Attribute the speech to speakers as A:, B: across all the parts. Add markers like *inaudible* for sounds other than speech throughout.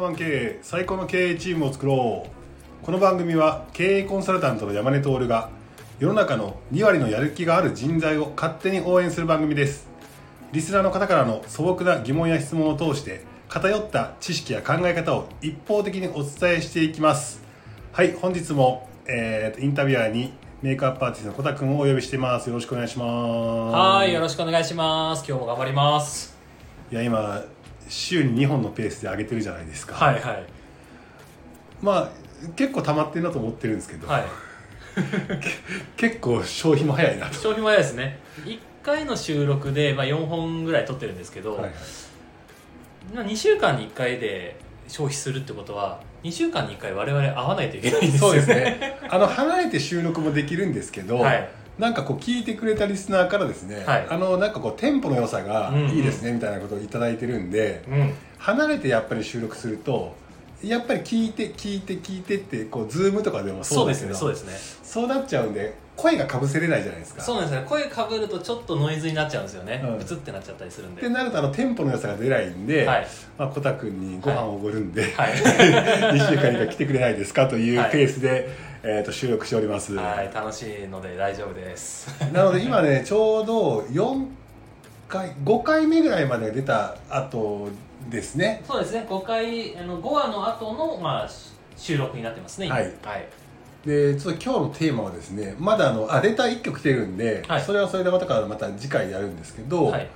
A: マン経営最高の経営チームを作ろうこの番組は経営コンサルタントの山根徹が世の中の2割のやる気がある人材を勝手に応援する番組ですリスナーの方からの素朴な疑問や質問を通して偏った知識や考え方を一方的にお伝えしていきますはい本日も、えーインタビュアーにメイクアップアーティストのコタくんをお呼びしていますよろしくお願いします
B: はい、よろしくお願いします。今日も頑張ります。
A: いや今週に2本のペースで上げてるじゃないですか、
B: はいはい
A: まあ結構溜まってるなと思ってるんですけど、
B: はい。
A: 結構消費も早いなと、
B: 消費も早いですね。1回の収録でまあ4本ぐらい撮ってるんですけど、
A: はいはい
B: まあ2週間に1回で消費するってことは、2週間に1回我々会わないといけないんです
A: そ
B: よ
A: う
B: ね。
A: です。ねあの離れて収録もできるんですけど、
B: *laughs* はい
A: なんかこう聞いてくれたリスナーからですね、
B: はい
A: あのなんかこうテンポの良さが
B: うんうん
A: いいですねみたいなことを頂いただいてるんで、
B: うん。
A: 離れてやっぱり収録するとやっぱり聞いて聞いて聞いてってこうズームとかでも
B: そ
A: そうう
B: で
A: ですけ
B: すね、
A: ど
B: そうですね。
A: そうなっちゃうんで声がかぶせれないじゃないですか
B: そうなんですね。声かぶるとちょっとノイズになっちゃうんですよね。
A: うん
B: ブツってなっちゃったりするんで。
A: ってなるとあのテンポの良さが出ないんで、
B: はい。
A: まあ、コタくんにご飯をおごるんで、*laughs*
B: *laughs* はい。
A: 2週間にか来てくれないですかとい
B: は
A: う
B: い
A: ペースで、えー、と収録しております、
B: はい、楽しいので大丈夫です。
A: なので今ねちょうど4回5回目ぐらいまで出た後ですね
B: そうですね、5回、あの5話の後の、まあ、し収録になってますね、今
A: はい
B: はい。
A: でちょっと今日のテーマはですねまだあのあレター1曲来てるんで、
B: はい
A: それはそれでまたからまた次回やるんですけど、
B: はい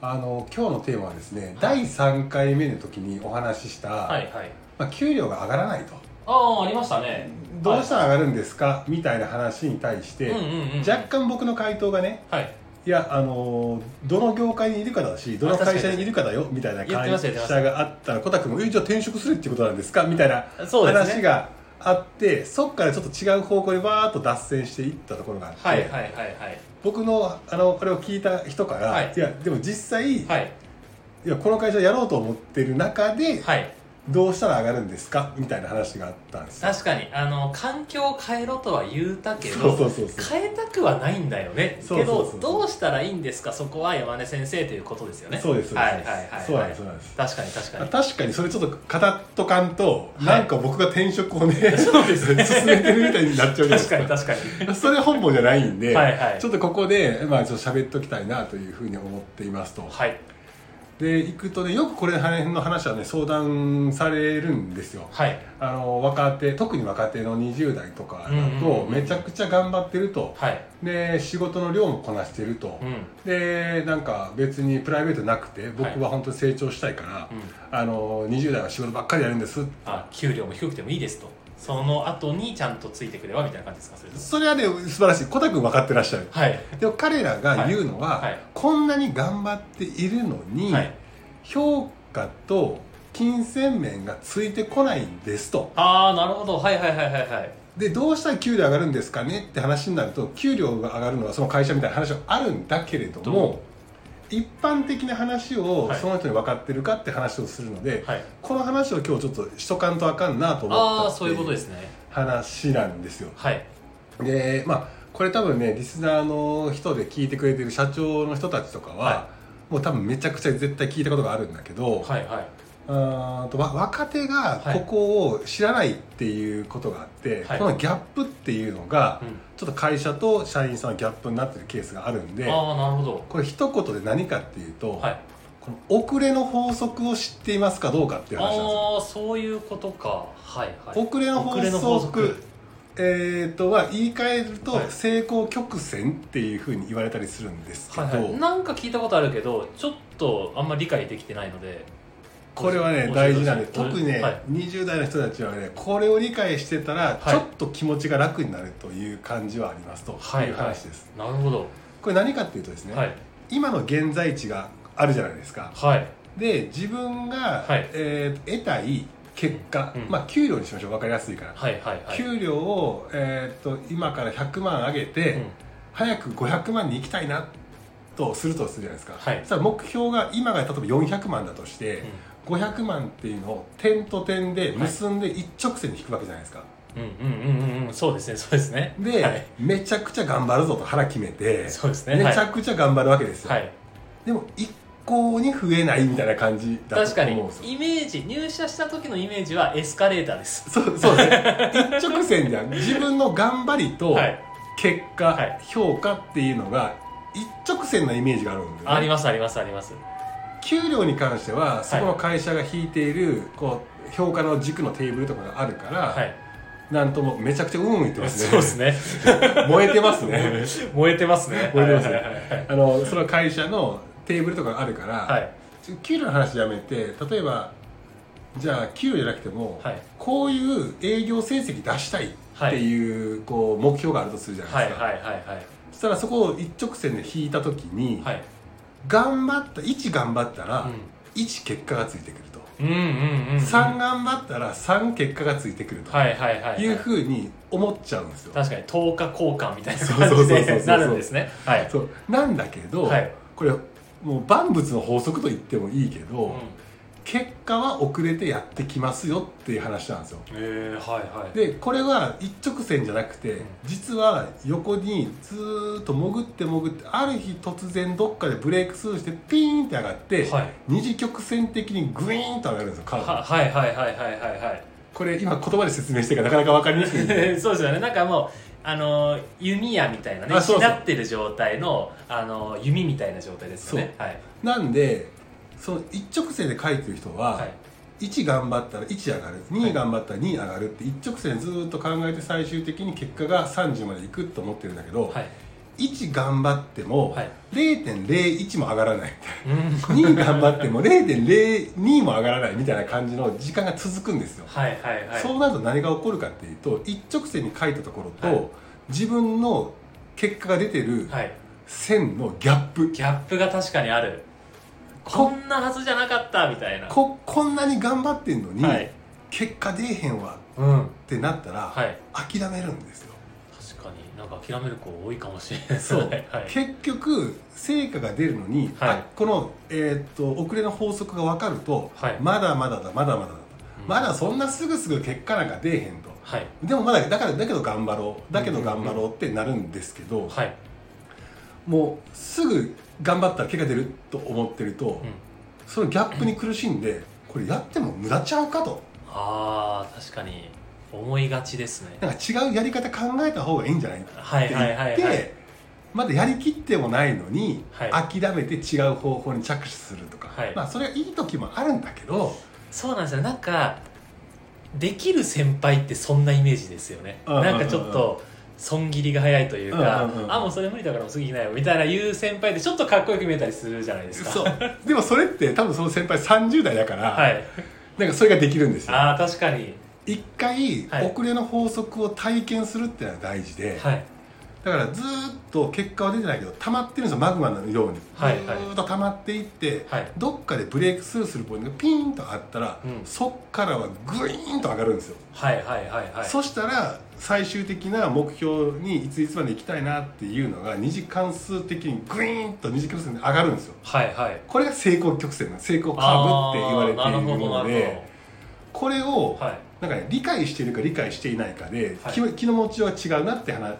A: あの今日のテーマはですね、
B: い
A: 第3回目の時にお話しした、
B: はいはい
A: まあ、給料が上がらないと
B: ああありましたね
A: どうしたら上がるんですか、みたいな話に対して、
B: はいうんうんうん
A: 若干僕の回答がね
B: はい
A: いやあのどの業界にいるかだしどの会社にいるかだよみたいな
B: 言って
A: 会
B: ました言ってました
A: 社があったらコタ君も「えじゃあ転職するってことなんですか?」みたいな
B: そうです
A: 話
B: ね
A: があってそっからちょっと違う方向にバーッと脱線していったところがあって、
B: はいはいはいはい
A: 僕のあのこれを聞いた人から、
B: はいい、
A: やでも実際、い、
B: はい
A: やこの会社やろうと思ってる中で、
B: はい
A: どうしたら上がるんですかみたいな話があったんですよ
B: 確かにあの環境を変えろとは言うたけ
A: そうそ
B: ど
A: うそうそう
B: 変えたくはないんだよね
A: そう
B: け
A: そうそうそ
B: ど
A: う
B: どうしたらいいんですかそこは山根先生ということですよね
A: そうですそうです
B: はいはいはい
A: そうなんですそう
B: は
A: なん
B: い
A: です
B: 確かに確かに
A: 確かにそれちょっと語っとかんと、
B: はい
A: なんか僕が転職をね
B: そうですね
A: *laughs* 進めてるみたいになっちゃうじゃないです
B: 確かに確か
A: *laughs*
B: に
A: それ本望じゃないんで
B: はいはい
A: ちょっとここで、まあ、ちょっと喋っときたいなというふうに思っていますと
B: はい
A: で行くとねよくこれの話はね相談されるんですよ
B: はい
A: あの若手特に若手の20代とか
B: う
A: だ
B: んうんうん
A: と
B: うん
A: めちゃくちゃ頑張ってると
B: はい
A: で仕事の量もこなしてると、
B: うん
A: でなんか別にプライベートなくて僕は本当に成長したいから、あの20代は仕事ばっかりやるんです
B: あ給料も低くてもいいですとその後にちゃんとついてくればみたいな感じですかそれとも
A: それはね素晴らしいコタ君分かってらっしゃる
B: はい
A: でも彼らが言うのは、
B: はいはい
A: こんなに頑張っているのに、
B: はい
A: 評価と金銭面がついてこないんですと
B: ああなるほどはいはいはいはいはい
A: でどうしたら給料上がるんですかねって話になると給料が上がるのはその会社みたいな話はあるんだけれど
B: ど
A: も一般的な話を
B: はい
A: その人に分かってるかって話をするので、
B: はい
A: この話を今日ちょっとしとかんとあかんなと思った
B: ああ
A: って
B: そういうことですね
A: 話なんですよ。
B: はい
A: でまあこれ多分ねリスナーの人で聞いてくれてる社長の人たちとかは、
B: は
A: もう多分めちゃくちゃ絶対聞いたことがあるんだけど、
B: はいはい
A: あーとわ若手が
B: はい
A: ここを知らないっていうことがあって、
B: はい
A: このギャップっていうのが、
B: うん
A: ちょっと会社と社員さんのギャップになってるケースがあるんで
B: ああなるほど
A: これ一言で何かっていうと、
B: はい
A: この遅れの法則を知っていますかどうかっていう話なんですよ。
B: ああそういうことかはいはい
A: 遅れの法
B: 遅れ
A: 則
B: の法則
A: えー、とは言い換えると、
B: はい
A: 成功曲線っていうふうに言われたりするんですけど、
B: はいはいなんか聞いたことあるけどちょっとあんまり理解できてないので
A: これはね
B: 教え
A: 大事なんで
B: 教えて
A: 特にね、
B: はい
A: 20代の人たちはねこれを理解してたら、
B: はい
A: ちょっと気持ちが楽になるという感じはありますと
B: はいはい
A: いう話です、
B: なるほど
A: これ何かっていうとですね、
B: はい
A: 今の現在地があるじゃないですか
B: はい
A: で自分が、
B: はい
A: えー得たい結果、
B: うん
A: まあ給料にしましょう分かりやすいから、
B: はいはいはい
A: 給料を、えー、と今から100万上げて、
B: うん
A: 早く500万に行きたいなとするとするじゃないですか、
B: はい
A: そしたら目標が今が例えば400万だとして、500万っていうのを点と点で結んで一直線に引くわけじゃないですか、
B: うんうんうんうんうんうんそうですねそうですね
A: で、
B: はい
A: めちゃくちゃ頑張るぞと腹決めて、
B: そうですね
A: めち
B: は
A: ゃくちゃ頑張るわけです
B: い
A: よ、
B: はい
A: でも一向に増えないみたいな感じだ
B: 確
A: と
B: か
A: 思
B: に
A: うんですよ
B: イメージ入社した時のイメージはエスカレーターです
A: そうそうですね一直線じゃん自分の頑張りと
B: はい
A: 結果、
B: はい
A: 評価っていうのが一直線なイメージがあるんで、
B: ありますありますあります
A: 給料に関してはそこの会社が引いている、こう評価の軸のテーブルとかがあるから、
B: はい
A: なんともめちゃくちゃうんうん言ってますね
B: *laughs* そうですね
A: 燃えてますね
B: *laughs* 燃えてますね
A: 燃えてますね
B: はいはいはいはい
A: あのその会社のテーブルとかがあるから、
B: はい
A: ちょ給料の話やめて例えばじゃあ給料じゃなくても、
B: はい
A: こういう営業成績出したいっていう,、こう目標があるとするじゃな
B: はいい
A: ですか、
B: はいはい
A: そしたらそこを一直線で引いた時に、
B: はいはい
A: 頑張った1頑張ったら、
B: う
A: 1結果がついてくると、
B: んうんうんうん
A: 3頑張ったら3結果がついてくると
B: はいはいはいはい
A: いうふうに思っちゃうんですよ、
B: 確かに10日交換みたいな
A: そう
B: 感じ
A: そうそうそう
B: でなるんですねはい
A: そうなんだけど、
B: はい
A: これもう万物の法則と言ってもいいけど、
B: うん
A: 結果は遅れてやってきますよっていう話なんですよ
B: えーはいはい
A: でこれは一直線じゃなくて実は横にずーっと潜って潜ってある日突然どっかでブレイクスルーしてピーンって上がって、
B: はい
A: 二次曲線的にグイーンと上がるんですよカーブ
B: ははいはいはいはいはいはい
A: これ今言葉で説明してるからなかなか分かりにくいんで
B: *laughs* そうですよねなんかもうあの弓矢みたいなね
A: あそうそう
B: しなってる状態のあの弓みたいな状態ですよねはい
A: なんでその一直線で書いてる人は、
B: はい
A: 1頑張ったら1上がる
B: は
A: 2
B: い
A: 頑張ったら2上がるって一直線ずーっと考えて最終的に結果が30までいくと思ってるんだけど、
B: はい
A: 1頑張っても
B: はい
A: 0.01も上がらない *laughs*
B: うん
A: みたいな2頑張っても0.02も上がらないみたいな感じの時間が続くんですよ、
B: はいはいはい
A: そうなると何が起こるかっていうと一直線に書いたところと、
B: はい
A: 自分の結果が出てる
B: はい
A: 線のギャップ
B: ギャップが確かにあるこんなはずじゃなかったみたいな
A: ここんなに頑張ってんのに、
B: はい
A: 結果出えへんわ
B: うん
A: ってなったら、
B: はい
A: 諦めるんですよ
B: 確かになんか諦める子多いかもしれないです
A: そう
B: ねはい
A: 結局成果が出るのに、
B: はい
A: あこの、えーっと遅れの法則が分かると、
B: はい
A: まだまだだまだまだだ、
B: うん
A: まだそんなすぐすぐ結果なんか出えへんと
B: はい
A: でもまだだからだけど頑張ろうだけど頑張ろうってなるんですけど、
B: はい
A: もうすぐ頑張ったら結果出ると思ってると、
B: うん
A: そのギャップに苦しんでこれやっても無駄ちゃうかと
B: あー確かに思いがちですね
A: なんか違うやり方考えた方がいいんじゃないって
B: はいはいはい
A: 言っ
B: はい
A: てまだやりきってもないのに、
B: は
A: 諦めて違う方法に着手するとか、
B: はい
A: まあそれはいい時もあるんだけど
B: そうなんですよなんかできる先輩ってそんなイメージですよね
A: うんうんうん
B: なんかちょっと損切りが早いというか、
A: うんうんうん
B: あもうそれ無理だからもう次いないよみたいな言う先輩ってちょっとかっこよく見えたりするじゃないですか
A: そうでもそれって多分その先輩30代だから、
B: はい
A: なんかそれができるんですよ
B: ああ確かに
A: 一回
B: はい
A: 遅れの法則を体験するっていうのは大事で、
B: はい
A: だからずーっと結果は出てないけど溜まってるんですよマグマのように、
B: はいはい
A: ずーっと溜まっていって、
B: はい
A: どっかでブレイクスルーするポイントがピーンとあったら、
B: うん
A: そっからはグイーンと上がるんですよ、
B: はいはいはいはい
A: そしたら最終的な目標にいついつまで行きたいなっていうのが二次関数的にグイーンと二次関数に上がるんですよ
B: はいはい
A: これが成功曲線なんです成功カーブって言われ
B: あー
A: ているもの
B: なるほ
A: でこれを、
B: どなるほどはい
A: なんかね、理解しているか理解していないかで、
B: はい
A: 気気の持ちようが違うなって話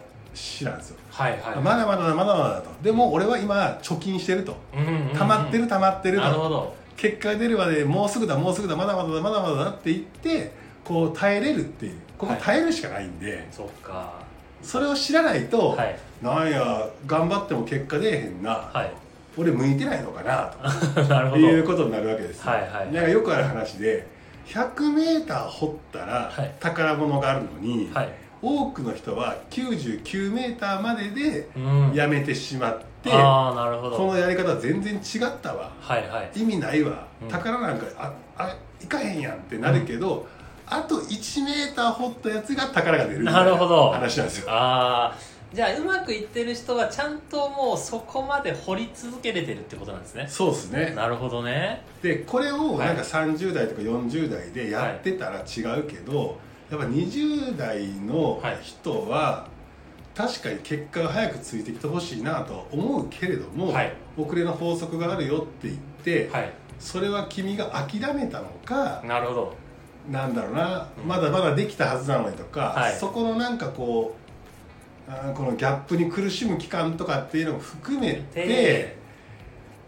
A: なんですよ、
B: はいはい
A: まだまだだまだまだだとでも俺は今貯金してると
B: うんうんうん
A: 溜まってる溜まってる
B: なるほ
A: と
B: ど
A: 結果が出るまでもうすぐだもうすぐだまだまだだまだまだだって言ってこう耐えれるっていうここ
B: はい
A: 耐えるしかないんで、
B: そっか
A: それを知らないと、
B: はい
A: なんや頑張っても結果出えへんな、
B: はい
A: *laughs* 俺向いてないのかな
B: なる
A: と
B: ほ
A: いう
B: ど
A: ことになるわけですよ、
B: はいはいはい
A: なんかよくある話で 100m 掘ったら
B: はい
A: 宝物があるのに、
B: はい
A: 多くの人は 99m までで
B: うん
A: やめてしまって、
B: ああなるほど
A: このやり方全然違ったわ
B: はいはい
A: 意味ないわ、
B: うん
A: 宝なんかああいかへんやんってなるけど、あと 1m 掘ったやつが宝が出るみたい
B: なるほど
A: 話なんですよ
B: ああじゃあうまくいってる人はちゃんともうそこまで掘り続けれてるってことなんですね
A: そうですね
B: なるほどね
A: でこれを
B: はい
A: なんか30代とか40代でやってたら違うけど、やっぱ20代の人は確かに結果が早くついてきてほしいなとは思うけれども、
B: はい
A: 遅れの法則があるよって言って、
B: はい
A: それは君が諦めたのか、
B: なるほど
A: なんだろうな
B: うん
A: まだまだできたはずなのにとか、
B: はい
A: そこのなんかこうあーこのギャップに苦しむ期間とかっていうのも含めて。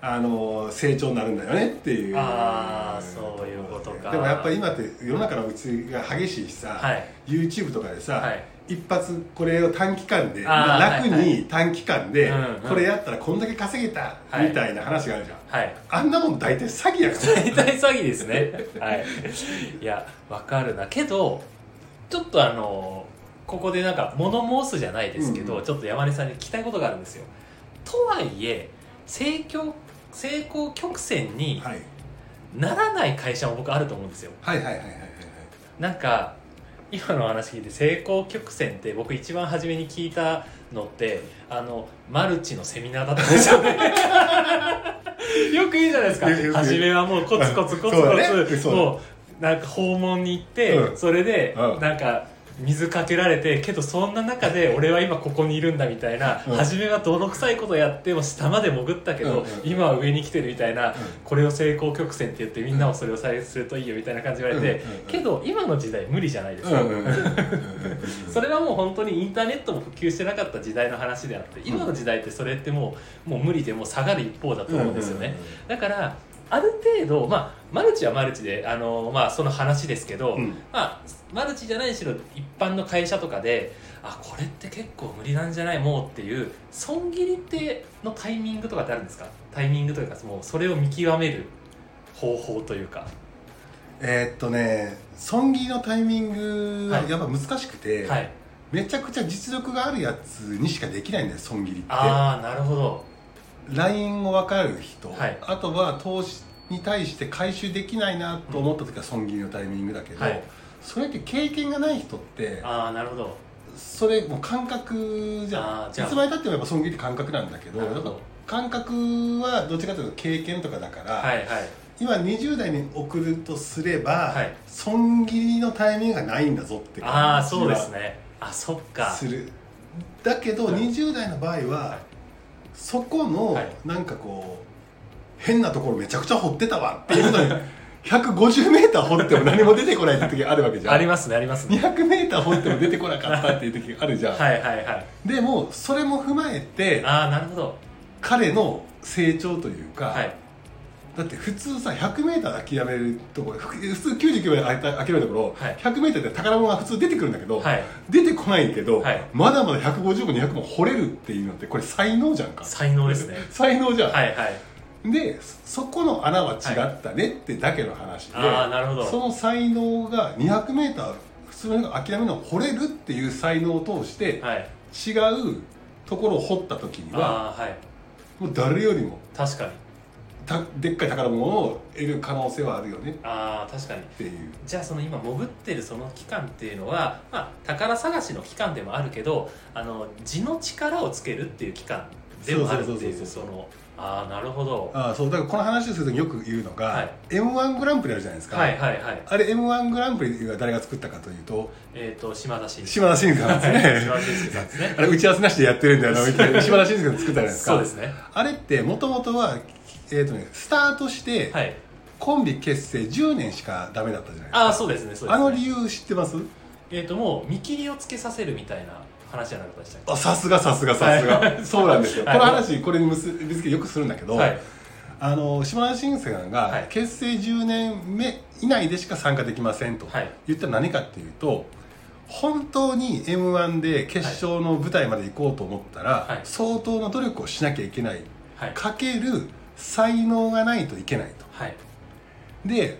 A: あの成長になるんだよねっていう
B: あーそういうことか
A: でもやっぱ今って世の中のうちが激しいしさ、
B: はい
A: YouTube とかでさ、
B: はい
A: 一発これを短期間で、
B: あー
A: まあ楽
B: はいは
A: に短期間で、
B: うんうん
A: これやったらこんだけ稼げた
B: はい
A: みたいな話があるじゃん、
B: はい
A: あんなもん大体詐欺やから
B: 大体詐欺で
A: *laughs*
B: すねはいいやわかるなけどちょっとあのここでなんか物申すじゃないですけ
A: う
B: ど、
A: んう
B: ちょっと山根さんに聞きたいことがあるんですよとはいえ成功成功曲線に
A: はい、
B: ならない会社も僕あると思うんですよ
A: はいはいはいはいはい
B: なんか今のお話聞いて成功曲線って僕一番初めに聞いたのってあのマルチのセミナーだったんですよね *laughs* よく言うじゃないですか
A: よくよく
B: 初めはもうコツコツコツコ
A: そうだね
B: ツ
A: そうだ
B: もうなんか訪問に行って、
A: うん
B: それで
A: うん
B: なんか水かけられてけどそんな中で俺は今ここにいるんだみたいな、
A: うん
B: 初めは泥臭いことやっても下まで潜ったけど、
A: うんうん
B: 今は上に来てるみたいな、
A: ん
B: これを成功曲線って言ってみんなもそれを採用するといいよみたいな感じで言われて、
A: うんうんうん
B: けど今の時代無理じゃないです
A: う
B: か、
A: んうんうんうんうん
B: それはもう本当にインターネットも普及してなかった時代の話であって今の時代ってそれってもうもう無理でもう下がる一方だと思うんですよね、だからある程度、まあ、マルチはマルチであの、まあ、その話ですけど、
A: うんうん
B: まあ、マルチじゃないにしろ一般の会社とかであこれって結構無理なんじゃないもうっていう損切りってのタイミングとかってあるんですかタイミングというかもうそれを見極める方法というか
A: えーっとね損切りのタイミングは
B: はい
A: やっぱ難しくて、
B: はい
A: めちゃくちゃ実力があるやつにしかできないんだよ損切りって
B: ああなるほど
A: LINE を分かる人、
B: はい
A: あとは投資に対して回収できないなと思った時は損切りのタイミングだけど、
B: はい
A: それって経験がない人って
B: ああなるほど
A: それもう感覚じゃ
B: あ
A: ん
B: ーじゃあ
A: いつまでたってもやっぱ損切りって感覚なんだけど
B: なるほ
A: だ
B: ど
A: から感覚はどっちかというと経験とかだから、
B: はいはい
A: 今20代に送るとすれば、
B: はい
A: 損切りのタイミングがないんだぞって感じ
B: ああそうですねあそっ
A: は
B: か
A: するだけど
B: はい
A: 20代の場合はそこの
B: はい
A: なんかこう変なところめちゃくちゃ掘ってたわっていうのに 150m 掘っても何も出てこないって時あるわけじゃ
B: あり
A: ん
B: ますねありますね
A: 200m 掘っても出てこなかったっていう時あるじゃん、
B: はいはいはい
A: でもそれも踏まえて
B: ああなるほど
A: 彼の成長というか、
B: はい
A: だって普通さ 100m 諦めるところふ普通 99m 諦めるところ、
B: はい
A: 100m で宝物が普通出てくるんだけど、
B: はい
A: 出てこないけど、
B: はい
A: まだまだ150も200も掘れるっていうのってこれ才能じゃんか
B: 才能
A: *laughs*
B: ですね
A: 才能じゃん、
B: はいはい
A: でそこの穴は違ったねってだけの話で、
B: ああなるほど
A: その才能が 200m 普通の人が諦めるのを掘れるっていう才能を通して、
B: はい
A: 違うところを掘った時には
B: ああはい
A: もう誰よりも
B: 確かに
A: たでっかい宝物を得る可能性はあるよね
B: ああ確かに
A: っていう
B: じゃあその今潜ってるその期間っていうのは、まあ、宝探しの期間でもあるけどあの地の力をつけるっていう期間でもあるって
A: そうそうそう
B: い
A: そうう
B: そ
A: そう
B: のああなるほど
A: ああそうだからこの話をするときよく言うのが、
B: はい
A: m 1グランプリあるじゃないですか、
B: はいはいはい
A: あれ m 1グランプリは誰が作ったかというと
B: えっ、と島田紳
A: 島田紳助さんですね、
B: *laughs* 島田紳介さんですね
A: あれ打ち合わせなしでやってるんだよなみたいな島田紳助さん作ったじゃないですか
B: そうですね
A: あれってもともとは、えーとね、スタートして
B: はい
A: コンビ結成10年しかダメだったじゃないですか
B: ああそうですねそうですね
A: あの理由知ってます
B: えっ、ともう見切りをつけさせるみたいな話じゃなかったでしたっ
A: あさすがさすがさすが、
B: はい
A: そうなんですよ、
B: はい
A: この話これに結びつけてよくするんだけ
B: け
A: ど、
B: はい
A: あの島田紳介さん
B: は
A: が
B: い
A: 結成10年目以内でしか参加できませんと
B: はい
A: 言ったら何かっていうと本当に m 1で決勝の舞台まで行こうと思ったら、
B: はい
A: 相当な努力をしなきゃいけない
B: はい
A: かける才能がないといけないと
B: はい
A: で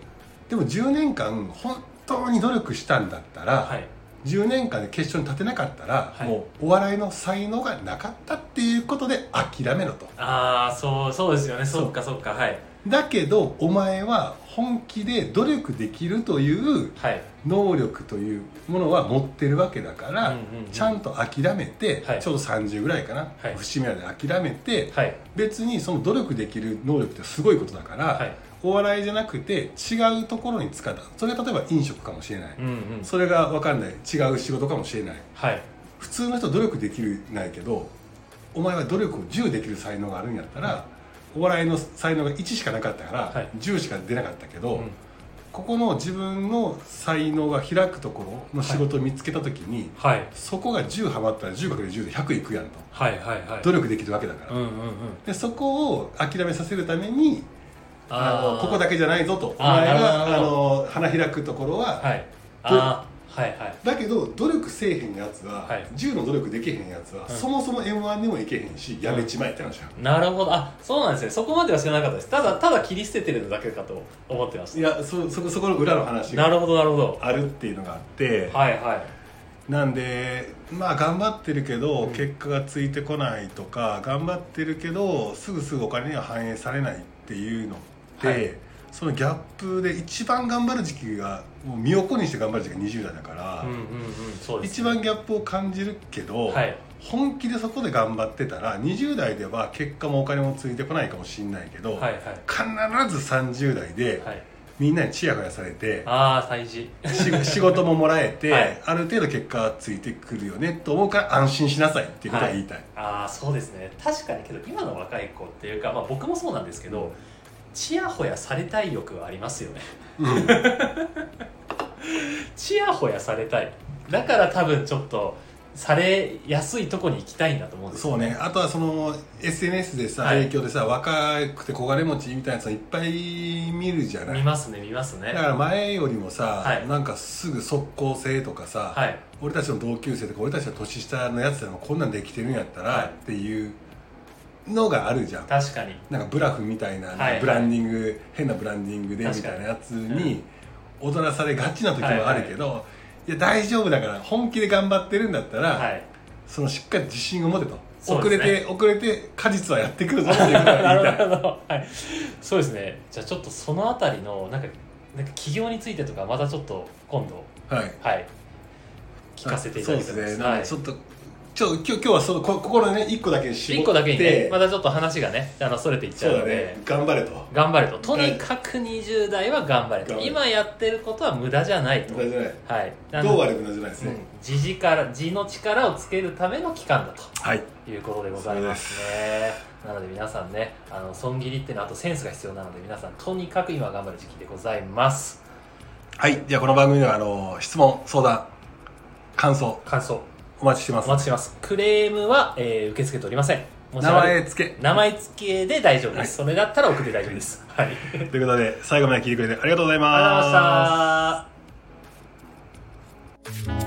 A: でも10年間本当に努力したんだったら、
B: はい
A: 10年間で決勝に立てなかったら、
B: はい
A: もうお笑いの才能がなかったっていうことで諦めろと
B: ああそうそうですよね
A: そう
B: そっかそっかはい
A: だけどお前は本気で努力できるという
B: はい
A: 能力というものは持ってるわけだから、
B: うんうんうん
A: ちゃんと諦めて、
B: はい
A: ちょうど30ぐらいかな、
B: はい
A: 節目まで諦めて
B: はい
A: 別にその努力できる能力ってすごいことだから、
B: はい
A: お笑いじゃなくて違うところに使ったそれが例えば飲食かもしれない、
B: うんうん
A: それが分かんない違う仕事かもしれない
B: はい
A: 普通の人努力できるないけどお前は努力を10できる才能があるんやったら、お笑いの才能が1しかなかったから、
B: はい
A: 10しか出なかったけど、
B: うん
A: ここの自分の才能が開くところの仕事を見つけた時に、
B: はい
A: そこが10ハマったら 10×10 で100いくやんと
B: はいはいはい
A: 努力できるわけだから、
B: うんうんうん
A: でそこを諦めさせるためにあのここだ
B: け
A: けじゃないぞとお
B: あー
A: 前が
B: な
A: あ
B: るほ
A: の花開くところは、
B: はいああはいはい
A: だけど努力せえへんやつは、
B: はい
A: 10の努力できへんやつは、
B: うん
A: そもそも m 1にもいけへんしやめちまえって話や、
B: なるほどあそうなんですねそこまでは知らなかったですただただ切り捨ててるだけかと思ってまし
A: いやそそこそこの裏の話
B: たな
A: が
B: るほどなるほど
A: あるっていうのがあって、
B: はいはい
A: なんでまあ頑張ってるけど、
B: うん
A: 結果がついてこないとか頑張ってるけどすぐすぐお金には反映されないっていうのって、
B: はい
A: そのギャップで一番頑張る時期がもう身を粉にして頑張る時期が20代だから
B: うん、うんうんそうです
A: 一番ギャップを感じるけど、
B: はい
A: 本気でそこで頑張ってたら20代では結果もお金もついてこないかもしれないけど、
B: はいはい
A: 必ず30代で
B: はい
A: みんなにチヤホヤされて、
B: ああ大事
A: し *laughs* 仕事ももらえて、
B: はい
A: ある程度結果がついてくるよねと思うから安心しなさいっていうことは言いたい、
B: ああそうですね確かにけど今の若い子っていうか、まあ、僕もそうなんですけど、ちやほやされたい欲はありますよね *laughs*
A: うん
B: ちやほやされたいだから多分ちょっとされやすいとこに行きたいんだと思うんです
A: そうねあとはその SNS でさ、
B: はい
A: 影響でさ若くて小金持ちみたいなやつをいっぱい見るじゃな
B: 見
A: い
B: ますね見ますね
A: だから前よりもさ、
B: はい
A: なんかすぐ即効性とかさ、
B: はい
A: 俺たちの同級生とか俺たちの年下のやつでもこんなんできてるんやったら、
B: はい
A: っていうのがあるじゃん
B: 確かに
A: なんかブラフみたいな、
B: はい
A: ブランディング変なブランディングでみ
B: 確か
A: た
B: に
A: いなやつ
B: う
A: に踊らされがちな時もあるけど、いや大丈夫だから本気で頑張ってるんだったら、 *laughs*
B: はい
A: そのしっかり自信を持てと、
B: そう
A: 遅
B: で
A: れ
B: すね
A: て遅れて果実はやってくるぞっていうこと
B: *laughs* な
A: が言いた
B: るほ
A: い
B: どなるほどはいそうですねじゃあちょっとそのあたりのなんかなんか企業についてとかまたちょっと今度
A: はい
B: はい聞かせていただきた
A: そ
B: い
A: うですねなん
B: は
A: で
B: い
A: ちょっとちょ今日今日はそのこ心ね一個だけ絞って
B: 一個だけにねまたちょっと話がねあのそれていっち
A: そ
B: ゃ
A: うう
B: の
A: だ
B: で、
A: ね頑張れと
B: 頑張れととにかく20代は頑張れと
A: 頑張れ
B: 今やってることは無駄じゃないと
A: 無駄じゃない
B: はいな
A: どう
B: の
A: 悪くなじゃないですね、
B: うん地力地の力をつけるための期間だと
A: はい
B: いうことでございますねなので皆さんねあの損切りっていうのはあとセンスが必要なので皆さんとにかく今は頑張る時期でございます
A: はいじゃあこの番組ではあの質問相談感想
B: 感想
A: お待ちしてま
B: お
A: す
B: 待ちしてますクレームは、えー受け付けておりませんもち
A: 名
B: ろん
A: 前付け
B: 名前付けで大丈夫です、それだったら送って大丈夫ですはいありがとう
A: ということで最後まで聞いてくれてありがとうござい
B: ござい
A: ま
B: ますした